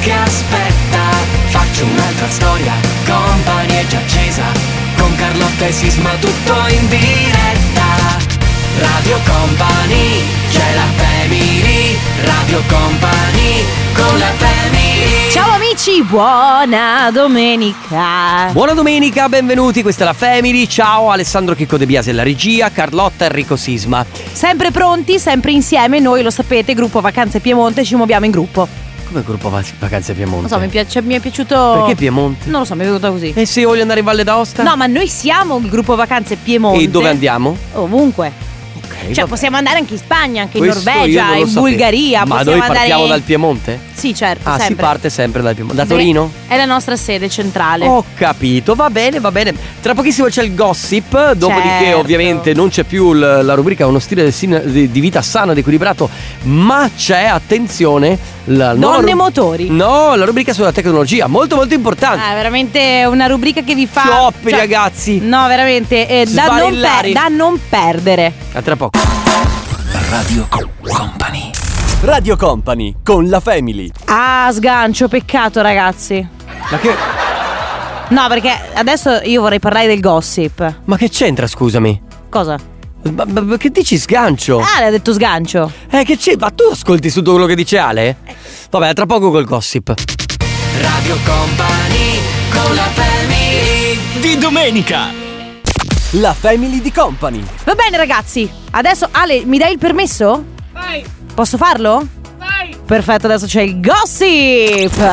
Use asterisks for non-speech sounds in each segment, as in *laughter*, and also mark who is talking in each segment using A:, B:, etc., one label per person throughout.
A: che aspetta Faccio un'altra storia, company è già accesa Con Carlotta e Sisma tutto in diretta Radio Company, c'è la family Radio Company, con la family
B: Ciao amici, buona domenica.
C: Buona domenica, benvenuti, questa è la Family. Ciao Alessandro Chicco De Biasi alla regia, Carlotta Enrico Sisma.
B: Sempre pronti, sempre insieme, noi lo sapete, gruppo Vacanze Piemonte, ci muoviamo in gruppo.
C: Come gruppo va- Vacanze Piemonte?
B: Non so, mi, piace- mi è piaciuto...
C: Perché Piemonte?
B: Non lo so, mi è venuta così.
C: E se voglio andare in Valle d'Aosta?
B: No, ma noi siamo il gruppo Vacanze Piemonte.
C: E dove andiamo?
B: Ovunque.
C: Ok.
B: Cioè,
C: vabbè.
B: possiamo andare anche in Spagna, anche in
C: Questo io
B: Norvegia,
C: non lo
B: in
C: sapevo.
B: Bulgaria.
C: Ma
B: possiamo
C: noi partiamo
B: andare...
C: dal Piemonte?
B: Sì, certo,
C: Ah, si
B: sempre.
C: parte sempre dal Piemonte. Da Torino? Oh,
B: Perché È la nostra sede centrale.
C: Ho capito, va bene, va bene. Tra pochissimo c'è il gossip, dopodiché
B: Certo.
C: ovviamente non c'è più l- la rubrica Uno stile del sin- di di vita sano ed equilibrato, ma c'è, attenzione, la nuova
B: Donne
C: ru-
B: motori.
C: No, la rubrica sulla tecnologia, molto molto importante.
B: Ah, è veramente una rubrica che vi fa.
C: Fioppi,
B: cioè-
C: ragazzi.
B: No, veramente. eh, da, non
C: Sbarellari.
B: per- da non perdere.
C: A tra poco. Radio Company. Radio Company con la Family.
B: Ah, sgancio, peccato, ragazzi.
C: Ma che,
B: No, perché adesso io vorrei parlare del gossip.
C: ma che c'entra, scusami?
B: Cosa?
C: Ma, ma- ma che dici sgancio?
B: Ah, l'ha detto sgancio.
C: Eh, che c'è? Ma tu ascolti tutto quello che dice Ale? Vabbè, tra poco col gossip.
A: Radio Company, con la family
D: Di domenica.
C: La Family di Company.
B: Va bene, ragazzi. Adesso, Ale, mi dai il permesso? Vai. Posso farlo? Vai. Perfetto, adesso c'è il gossip.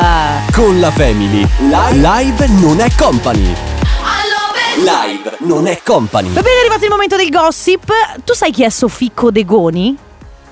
C: Con la Family. Live, non è company. Live non è company.
B: Va bene, è arrivato il momento del gossip. Tu sai chi è Sofico Degoni?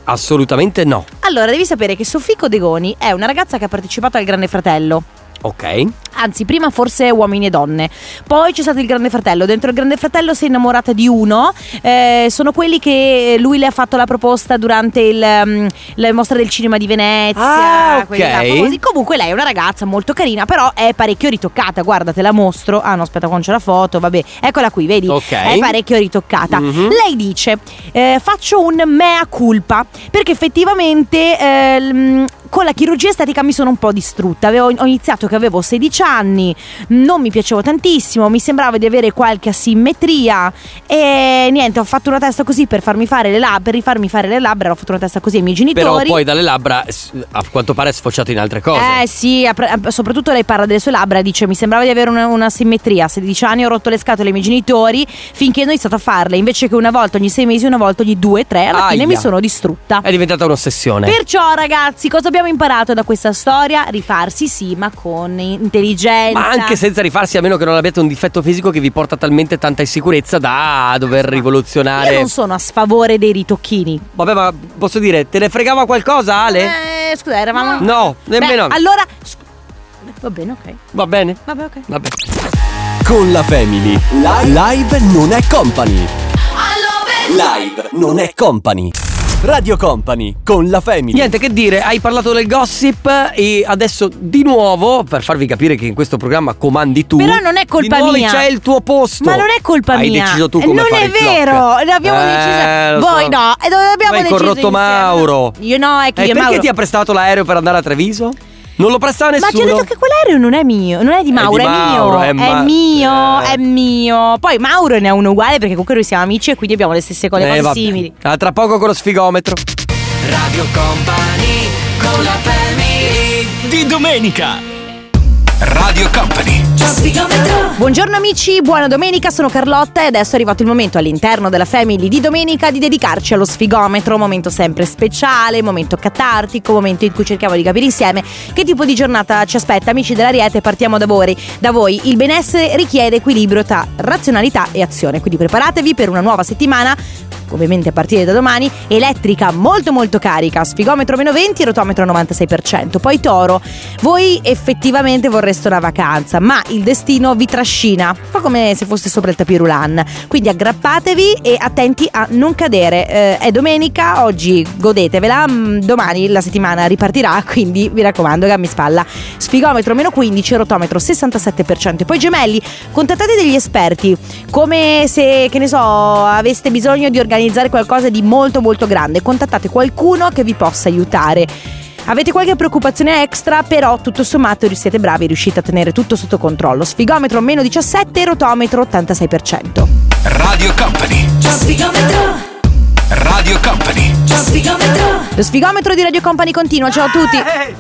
C: Assolutamente no.
B: Allora, devi sapere che Sofico Degoni è una ragazza che ha partecipato al Grande Fratello.
C: Ok.
B: Anzi, prima forse uomini e donne. Poi c'è stato il Grande Fratello. Dentro il Grande Fratello si è innamorata di uno. Eh, sono quelli che lui le ha fatto la proposta durante il, mm, la mostra del cinema di Venezia.
C: Ah,
B: quelli
C: ok.
B: là, famosi. Comunque lei è una ragazza molto carina, però è parecchio ritoccata. Guarda, te la mostro. Ah no, aspetta, qua non c'è la foto. Vabbè, eccola qui, vedi?
C: Ok.
B: È parecchio ritoccata.
C: Mhm.
B: Lei dice: eh, Faccio un mea culpa perché effettivamente eh, l- con la chirurgia estetica mi sono un po' distrutta. Avevo- ho iniziato che avevo 16 anni, non mi piacevo tantissimo, mi sembrava di avere qualche asimmetria e niente, ho fatto una testa così per farmi fare le labbra, per rifarmi fare le labbra, ho fatto una testa così ai miei
C: Però
B: genitori.
C: poi dalle labbra, s- a quanto pare, è sfociato in altre cose.
B: Eh sì, a pre- a- soprattutto lei parla delle sue labbra e dice mi sembrava di avere una, una simmetria, a 16 anni ho rotto le scatole ai miei genitori finché non ho iniziato a farle, invece che una volta ogni 6 mesi, una volta ogni 2, 3, alla fine
C: Aia.
B: mi sono distrutta.
C: È diventata un'ossessione.
B: Perciò ragazzi, cosa abbiamo imparato da questa storia? Rifarsi sì, ma con intelligenza.
C: Ma anche senza rifarsi, a meno che non abbiate un difetto fisico che vi porta talmente tanta insicurezza da dover rivoluzionare.
B: Io non sono a sfavore dei ritocchini.
C: Vabbè, ma posso dire, te ne fregava qualcosa, Ale?
B: Eh, scusa, eravamo...
C: No, nemmeno.
B: Beh, allora... s- Va bene, ok.
C: Va bene?
B: Vabbè, ok.
C: Vabbè.
E: Con la Family. Live non è company. Live non è company. Radio Company con la Family.
C: Niente che dire, hai parlato del gossip e adesso di nuovo, per farvi capire che in questo programma comandi tu.
B: Però non è colpa
C: di nuovo
B: mia.
C: c'è il tuo posto.
B: Ma non è colpa
C: hai
B: mia. Eh,
C: Hai deciso tu come
B: Non
C: fare
B: è
C: il
B: vero,
C: clock.
B: l'abbiamo
C: Eh,
B: deciso.
C: lo
B: Voi
C: so.
B: no, e dove abbiamo
C: Tu hai
B: deciso
C: corrotto
B: insieme?
C: Mauro.
B: Io no, è che
C: Eh,
B: io e
C: perché
B: Mauro.
C: ti ha prestato l'aereo per andare a Treviso? Non lo prestava
B: ma
C: nessuno.
B: ti ho detto che quell'aereo non è mio, non è
C: È
B: di
C: di
B: Mauro, è,
C: Mauro,
B: mio,
C: è
B: è,
C: Ma-
B: mio,
C: eh.
B: è mio. Poi Mauro ne ha uno uguale perché comunque noi siamo amici e quindi abbiamo le stesse cose,
C: Eh,
B: cose
C: vabbè.
B: simili.
C: A tra poco con lo sfigometro.
A: Radio Company, con la family
D: Di domenica.
E: Radio Company.
B: Buongiorno amici, buona domenica, sono Carlotta e adesso è arrivato il momento all'interno della Family di domenica di dedicarci allo sfigometro, momento sempre speciale, momento catartico, momento in cui cerchiamo di capire insieme che tipo di giornata ci aspetta. Amici dell'Ariete, partiamo da voi. Da voi il benessere richiede equilibrio tra razionalità e azione, quindi preparatevi per una nuova settimana. Ovviamente a partire da domani, elettrica molto molto carica, sfigometro meno 20, rotometro 96%. Poi Toro, voi effettivamente vorreste una vacanza, ma il destino vi trascina, un po' come se foste sopra il tapirulan. Quindi aggrappatevi e attenti a non cadere. Eh, è domenica, oggi godetevela, mm, domani la settimana ripartirà, quindi vi raccomando, gambi in spalla. Sfigometro meno 15, rotometro 67%. E poi gemelli, contattate degli esperti, come se, che ne so, aveste bisogno di organizzare qualcosa di molto molto grande. Contattate qualcuno che vi possa aiutare. Avete qualche preoccupazione extra, però tutto sommato siete bravi, riuscite a tenere tutto sotto controllo. Sfigometro meno 17, rotometro 86%.
F: Radio Company. Radio Company.
B: Lo sfigometro di Radio Company continua, ciao a tutti.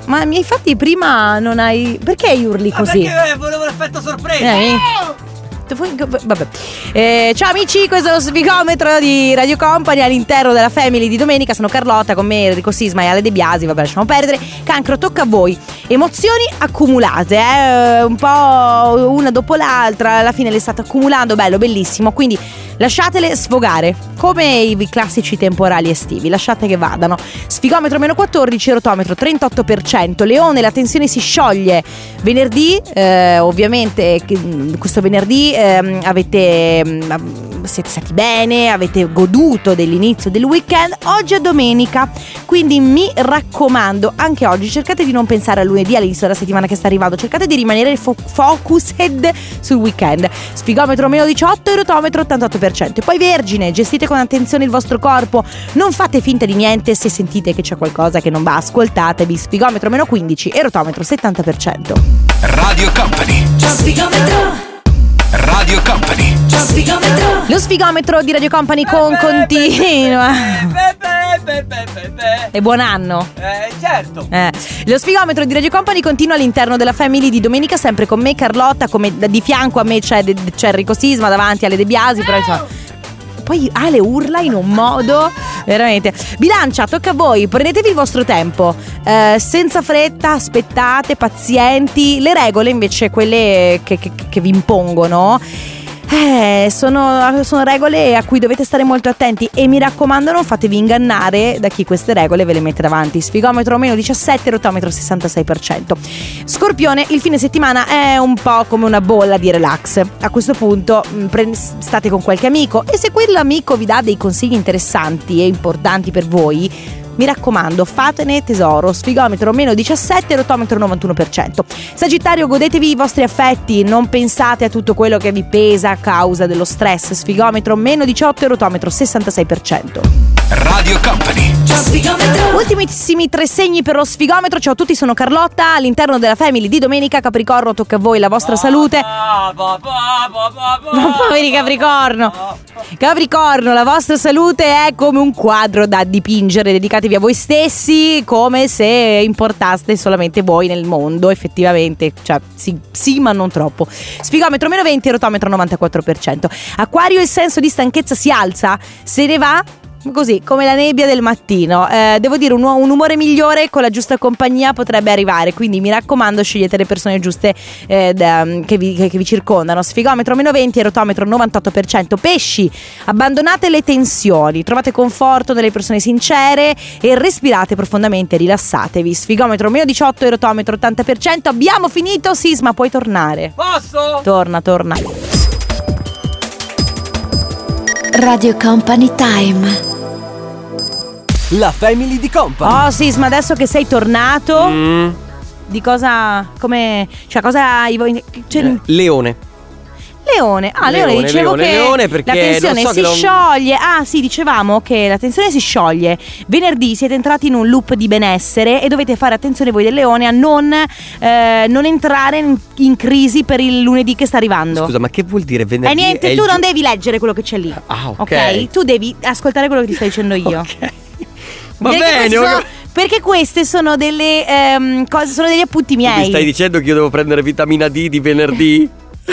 B: Ma mi hai fatti prima non hai. Perché urli così?
G: Perché eh, volevo l'effetto sorpresa.
B: Eh, Tu vuoi- Vabbè. Eh, ciao amici, questo è lo sfigometro di Radio Company all'interno della Family di domenica. Sono Carlotta con me, Enrico Sisma e Ale De Biasi. Vabbè, lasciamo perdere. Cancro, tocca a voi. Emozioni accumulate, eh? un po' una dopo l'altra. Alla fine le state accumulando, bello, bellissimo. Quindi lasciatele sfogare, come i classici temporali estivi. Lasciate che vadano. Sfigometro meno 14, rotometro 38%. Leone, la tensione si scioglie. Venerdì, eh, ovviamente, che- mh, questo venerdì ehm, avete, mh, av- siete stati bene, avete goduto dell'inizio del weekend. Oggi è domenica, quindi mi raccomando, anche oggi cercate di non pensare a lunedì, all'inizio della settimana che sta arrivando, cercate di rimanere fo- focused sul weekend. Sfigometro meno 18 e rotometro 88%. E poi Vergine, gestite con attenzione il vostro corpo, non fate finta di niente se sentite che c'è qualcosa che non va, ascoltatevi. Sfigometro meno 15 e rotometro 70%.
F: Radio Company. Radio Company.
B: Lo sfigometro di Radio Company con continua.
G: Eh, Beh, beh, beh, beh, beh, beh.
B: E buon anno.
G: Eh, certo.
B: Eh, Lo sfigometro di Radio Company continua all'interno della family di domenica, sempre con me, Carlotta, come da- di fianco a me c'è, De- c'è Enrico Sisma, davanti alle De Biasi, però insomma. Poi Ale urla in un modo veramente. Bilancia, tocca a voi, prendetevi il vostro tempo. Eh, senza fretta, aspettate, pazienti. Le regole invece, quelle che, che- che vi impongono. eh, sono, sono regole a cui dovete stare molto attenti e mi raccomando non fatevi ingannare da chi queste regole ve le mette davanti. Sfigometro meno 17, rotometro 66%. Scorpione, il fine settimana è un po' come una bolla di relax. A questo punto mh, pre- state con qualche amico e se quell'amico vi dà dei consigli interessanti e importanti per voi, mi raccomando, fatene tesoro. Sfigometro meno 17, rotometro 91%. Sagittario, godetevi i vostri affetti, non pensate a tutto quello che vi pesa a causa dello stress. Sfigometro meno 18, rotometro 66%.
F: Radio Company.
B: Ultimissimi tre segni per lo sfigometro. Ciao a tutti, sono Carlotta. All'interno della Family di domenica, Capricorno, tocca a voi la vostra salute.
G: Ah, ba, ba, ba, ba, ba.
B: Ma poveri Capricorno! Capricorno, la vostra salute è come un quadro da dipingere, dedicatevi a voi stessi come se importaste solamente voi nel mondo, effettivamente. Cioè, sì, sì, ma non troppo. Sfigometro meno 20, rotometro 94%. Acquario, il senso di stanchezza si alza, se ne va. Così, come la nebbia del mattino. Eh, devo dire, un, un umore migliore con la giusta compagnia potrebbe arrivare. Quindi mi raccomando, scegliete le persone giuste eh, da- che, vi, che- che vi circondano. Sfigometro meno 20 e rotometro 98%. Pesci, abbandonate le tensioni, trovate conforto nelle persone sincere e respirate profondamente, rilassatevi. Sfigometro meno 18 e rotometro 80%. Abbiamo finito, Sisma, puoi tornare.
G: Posso?
B: Torna, torna.
H: Radio Company Time.
E: La Family di Company.
B: Oh, Sisma, adesso che sei tornato...
C: Mm,
B: Di cosa. come. cioè, cosa hai voi. cioè,
C: eh, Leone.
B: Leone. Ah, Leone,
C: Leone,
B: dicevo
C: Leone,
B: che
C: Leone, perché
B: la tensione
C: non so
B: si
C: che non-
B: scioglie. Ah, sì, dicevamo che la tensione si scioglie. Venerdì siete entrati in un loop di benessere e dovete fare attenzione voi del Leone a non, eh, non entrare in, in crisi per il lunedì che sta arrivando.
C: Scusa, ma che vuol dire venerdì?
B: Eh
C: è
B: niente,
C: il
B: tu
C: gio-
B: non devi leggere quello che c'è lì.
C: Ah, ok.
B: ok, tu devi ascoltare quello che ti sto dicendo io.
C: Ok. Va
B: Perché
C: bene,
B: queste
C: ho
B: sono-
C: cap-
B: perché queste sono delle ehm, cose, sono degli appunti
C: Tu
B: miei.
C: Mi stai dicendo che io devo prendere vitamina D di *laughs* venerdì?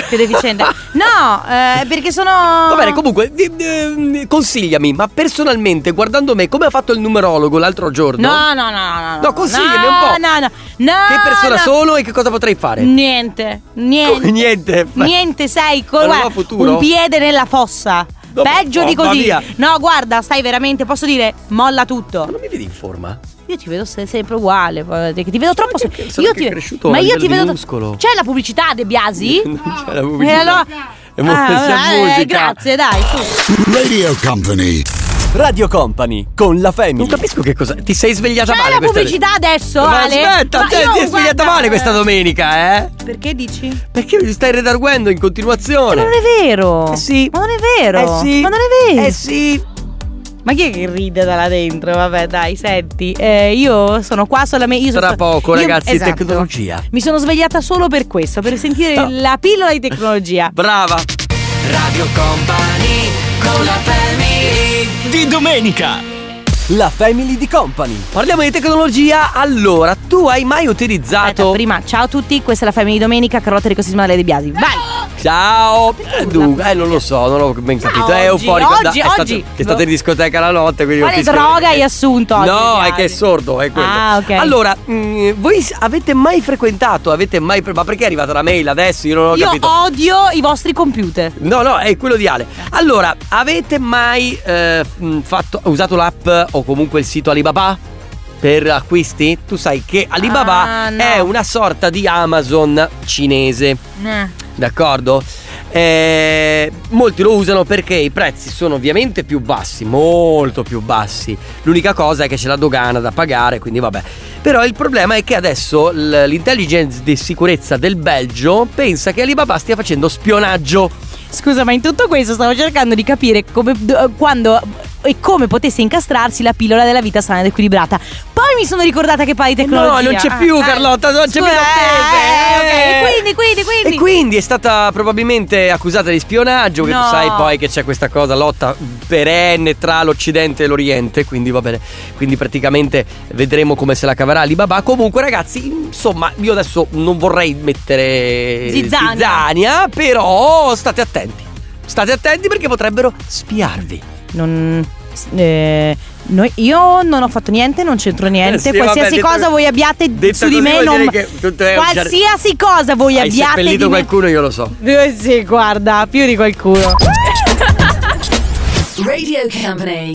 B: più deficiente. No, eh, perché
C: *laughs*
B: sono.
C: Va bene, comunque, di- di- consigliami, ma personalmente, guardando me, come ha fatto il numerologo l'altro giorno?
B: No, no, no, no. No,
C: No, consigliami un po'.
B: No, no, no.
C: Che persona
B: no.
C: sono e che cosa potrei fare?
B: Niente, niente.
C: Come niente? eh,
B: Niente, sei
C: Ma
B: con
C: non ho
B: guarda,
C: futuro?
B: un piede nella fossa.
C: No,
B: Peggio di
C: mamma
B: così.
C: mia.
B: No, guarda, stai veramente, posso dire, molla
C: Ma
B: tutto.
C: non mi vedi in forma?
B: Io ti vedo se- sempre uguale. guarda, che Ti vedo troppo.
C: che- che- sono
B: io
C: che
B: ti-
C: è cresciuto
B: Ma
C: a
B: io
C: livello
B: ti
C: di
B: vedo.
C: muscolo.
B: C'è la pubblicità, De Biasi?
C: Non c'è *laughs* la
B: E
C: pubblicità.
B: allora.
C: È mo-
B: Ah,
C: c'è
B: vabbè,
C: musica.
B: grazie, dai. su.
F: Radio Company.
E: Radio Company con la Family.
C: Non capisco che cosa. Ti sei svegliata
B: C'è
C: male
B: la
C: questa-
B: pubblicità adesso,
C: Ma
B: Ale.
C: Aspetta,
B: Ma
C: te-
B: io,
C: ti sei svegliata
B: guarda,
C: male questa
B: eh,
C: domenica, eh?
B: Perché dici?
C: Perché mi stai redarguendo in continuazione?
B: Ma non è vero!
C: Eh sì.
B: Ma non è vero!
C: Eh sì.
B: Ma non è vero!
C: Eh sì.
B: Ma Ma chi è che ride da là dentro? Vabbè, dai, senti, eh, io sono qua solamente. Io sono
C: Tra
B: sta-
C: poco,
B: io-
C: ragazzi,
B: esatto.
C: tecnologia.
B: Mi sono svegliata solo per questo, per sentire
C: No.
B: la pillola di tecnologia.
C: Brava.
A: Radio Company con la family
D: Di domenica.
E: La Family di Company.
C: Parliamo di tecnologia. Allora, tu hai mai
B: Aspetta,
C: utilizzato.
B: prima, ciao a tutti, questa è la famiglia di domenica, Carlotta Rico Sisma De Biasi. Vai!
C: Ciao. Eh, dunque, eh, non lo so, non l'ho ben
B: Ciao,
C: capito. è
B: oggi,
C: euforico. da-
B: oggi,
C: è stato-
B: oggi.
C: È stata in discoteca la notte, quindi.
B: Quale
C: ho fischiato
B: droga
C: perché-
B: hai assunto oggi,
C: No, è
B: Biasi?
C: che è sordo, è quello.
B: Ah, ok.
C: Allora, mh, voi s- avete mai frequentato? Avete mai. pre- Ma perché è arrivata la mail adesso? Io non ho
B: io
C: capito.
B: odio i vostri computer.
C: No, no, è quello di Ale. Allora, avete mai eh, mh, fatto- usato l'app o comunque il sito Alibaba? Per acquisti? Tu sai che Alibaba
B: Ah, no.
C: è una sorta di Amazon cinese, d'accordo? Eh, molti lo usano perché i prezzi sono ovviamente più bassi, molto più bassi. L'unica cosa è che c'è la dogana da pagare, quindi vabbè. Però il problema è che adesso l- l'intelligence di sicurezza del Belgio pensa che Alibaba stia facendo spionaggio.
B: Scusa, ma in tutto questo stavo cercando di capire come, d- eh, quando e come potesse incastrarsi la pillola della vita sana ed equilibrata. Poi mi sono ricordata che parli di tecnologia.
C: No, non c'è più,
B: Ah,
C: Carlotta, non c'è
B: scusa,
C: più la
B: eh,
C: tese.
B: eh, ok, quindi, quindi, quindi.
C: E quindi è stata probabilmente accusata di spionaggio, che
B: No.
C: tu sai poi che c'è questa cosa, lotta perenne tra l'Occidente e l'Oriente, quindi va bene, quindi praticamente vedremo come se la caverà Alibaba. Comunque ragazzi, insomma, io adesso non vorrei mettere
B: Zizzania.
C: zizzania, però state attenti, state attenti perché potrebbero spiarvi.
B: Non, eh, noi- io non ho fatto niente, non c'entro niente.
C: sì,
B: qualsiasi
C: vabbè, detto-
B: cosa voi abbiate
C: detto
B: su di
C: così
B: me,
C: vuol
B: non.
C: dire che tutto è un giar-
B: qualsiasi cosa voi
C: Hai
B: abbiate. di
C: seppellito
B: me-
C: qualcuno, io lo so.
B: Eh, sì, guarda, più
C: *laughs*
B: di qualcuno.
H: Radio Company.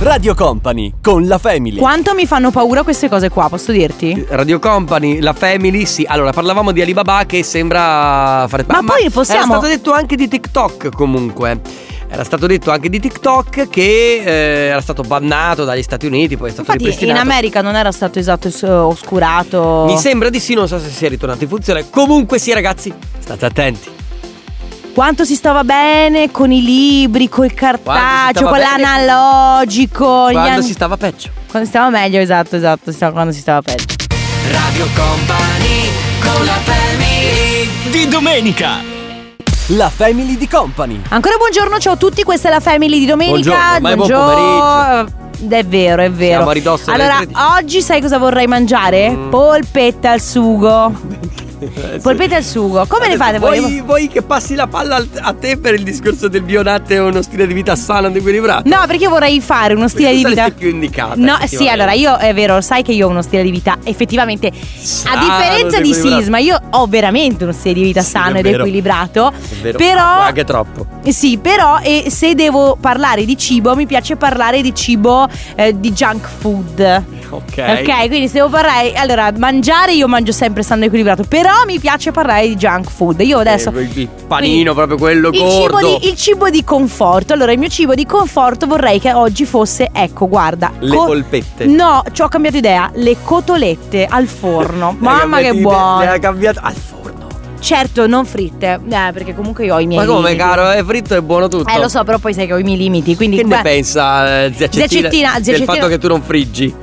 E: Radio Company con la Family.
B: Quanto mi fanno paura queste cose qua, posso dirti?
C: Radio Company, la Family, sì. Allora, parlavamo di Alibaba che sembra fare
B: Ma poi possiamo-
C: Era stato detto anche di TikTok comunque. Era stato detto anche di TikTok che eh, era stato bannato dagli Stati Uniti, poi è stato
B: Infatti in
C: ripristinato.
B: America non era stato esatto es- oscurato.
C: Mi sembra di sì, non so se sia ritornato in funzione. Comunque sì, ragazzi, state attenti.
B: Quanto si stava bene con i libri, col cartaceo,
C: stava
B: con
C: bene con-
B: l'analogico. gli
C: Quando
B: an-
C: si stava peggio.
B: quando stava meglio, esatto, esatto, si stava- quando si stava peggio.
A: Radio Company con la family
D: Di domenica.
E: La Family di Company.
B: Ancora buongiorno, ciao a tutti, questa è la Family di domenica.
C: Buongiorno, ma è buon
B: È vero, è vero.
C: Siamo a ridosso delle
B: allora,
C: 13.
B: oggi sai cosa vorrei mangiare?
C: Mm.
B: Polpetta al sugo.
C: *laughs* Eh
B: Polpetta al sugo. Come le fate voi?
C: voi? Vuoi, vuoi che passi la palla al- a te per il discorso del bionatte e uno stile di vita sano ed equilibrato?
B: No, perché io vorrei fare uno stile
C: tu
B: di vita.
C: saresti più indicata,
B: No, sì,
C: effettivamente.
B: allora io è vero, sai che io ho uno stile di vita effettivamente.
C: Sano
B: a differenza
C: ed
B: di
C: equilibrato.
B: Sisma, io ho veramente uno stile di vita
C: Sì,
B: sano
C: è
B: ed
C: vero.
B: equilibrato.
C: È vero.
B: Però.
C: Anche troppo.
B: Sì, però e se devo parlare di cibo, mi piace parlare di cibo eh, di junk food.
C: Ok.
B: Ok, quindi se devo parlare, allora mangiare io mangio sempre sano ed equilibrato, però mi piace parlare di junk food. Io adesso
C: Eh, il panino proprio quello
B: il
C: gordo.
B: cibo, di, il cibo di conforto. Allora, il mio cibo di conforto vorrei che oggi fosse, ecco, guarda.
C: Le
B: co-
C: polpette.
B: No, ci ho cambiato idea. Le cotolette al forno.
C: *laughs* Le
B: Mamma che
C: cambiatine, Le ha
B: buone.
C: cambiato al forno.
B: Certo, non fritte. Eh, perché comunque io ho i miei.
C: Ma come,
B: limiti.
C: caro? È fritto e buono tutto.
B: Eh, lo so, però poi sai che ho i miei limiti. Quindi.
C: Che ne
B: beh,
C: pensa eh, zia Cettina,
B: Zia Cettina, zia
C: del
B: Cettina-
C: fatto che tu non friggi?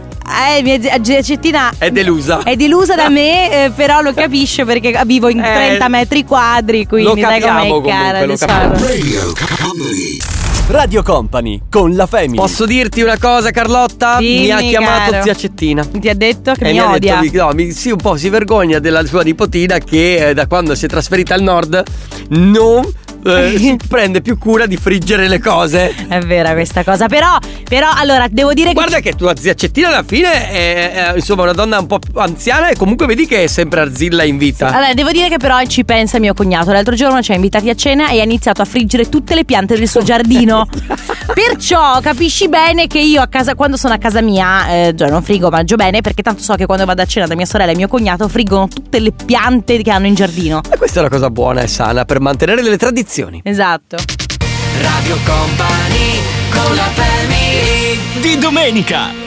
B: Eh, mia zia- zia Cettina.
C: È delusa.
B: È delusa
C: *laughs*
B: da me, eh, però lo capisce perché vivo in
C: Eh,
B: 30 metri quadri. Quindi
C: lo
B: sai com'è
C: capiamo
B: cara, diciamo.
C: comunque, lo capiamo.
B: tesoro.
F: Radio Company.
E: Radio Company con la Family.
C: Posso dirti una cosa, Carlotta?
B: Dimmi,
C: mi ha chiamato
B: caro.
C: zia Cettina.
B: Ti ha detto che
C: e
B: mi,
C: mi ha
B: odia.
C: detto, mi- no, mi- sì, un po' si vergogna della sua nipotina che eh, da quando si è trasferita al nord non eh, si prende più cura di friggere le cose.
B: È vera questa cosa, però, però allora devo dire
C: Guarda che tua zia Cettina alla fine è, è, insomma una donna un po' più anziana e comunque vedi che è sempre arzilla in
B: che.
C: vita.
B: Allora, devo dire che però ci pensa mio cognato. L'altro giorno ci ha invitati a cena e ha iniziato a friggere tutte le piante del suo
C: *laughs*
B: giardino. Perciò capisci bene che io a casa, quando sono a casa mia, eh, cioè non frigo, mangio bene, perché tanto so che quando vado a cena da mia sorella e mio cognato friggono tutte le piante che hanno in giardino.
C: E questa è una cosa buona e sana per mantenere le tradizioni.
B: Esatto.
A: Radio Company con la family
D: Di domenica.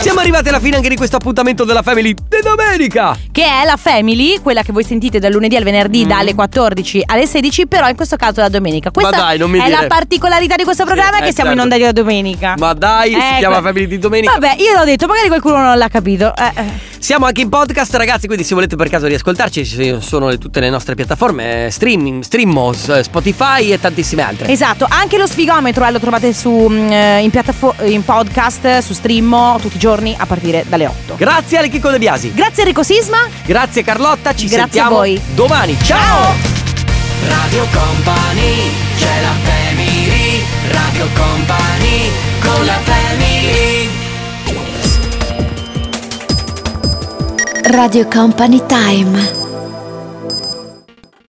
C: Siamo arrivati alla fine anche di questo appuntamento della Family di domenica.
B: che è la Family, quella che voi sentite dal lunedì al venerdì
C: Mm.
B: dalle 14 alle 16, però in questo caso la domenica. Questa
C: dai, non mi
B: è
C: dire.
B: la particolarità di questo programma
C: Eh,
B: che siamo
C: certo.
B: in onda di la domenica.
C: Ma dai, si
B: Ecco.
C: chiama Family di domenica.
B: Vabbè, io l'ho detto, magari qualcuno non l'ha capito. Eh, eh.
C: Siamo anche in podcast, ragazzi. Quindi, se volete per caso riascoltarci, ci sono le- tutte le nostre piattaforme: eh, streaming, Streamos, eh, Spotify e tantissime altre.
B: Esatto, anche lo sfigometro eh, lo trovate su, mh, eh, in, piattafo- in podcast, su stream tutti i giorni a partire dalle 8.
C: Grazie alle Chicco De Biasi.
B: Grazie Enrico Sisma.
C: Grazie Carlotta, ci
B: Grazie a
C: sentiamo
B: voi.
C: domani. Ciao!
A: Radio Company, c'è la family, Radio Company, con la family.
H: Radio Company Time.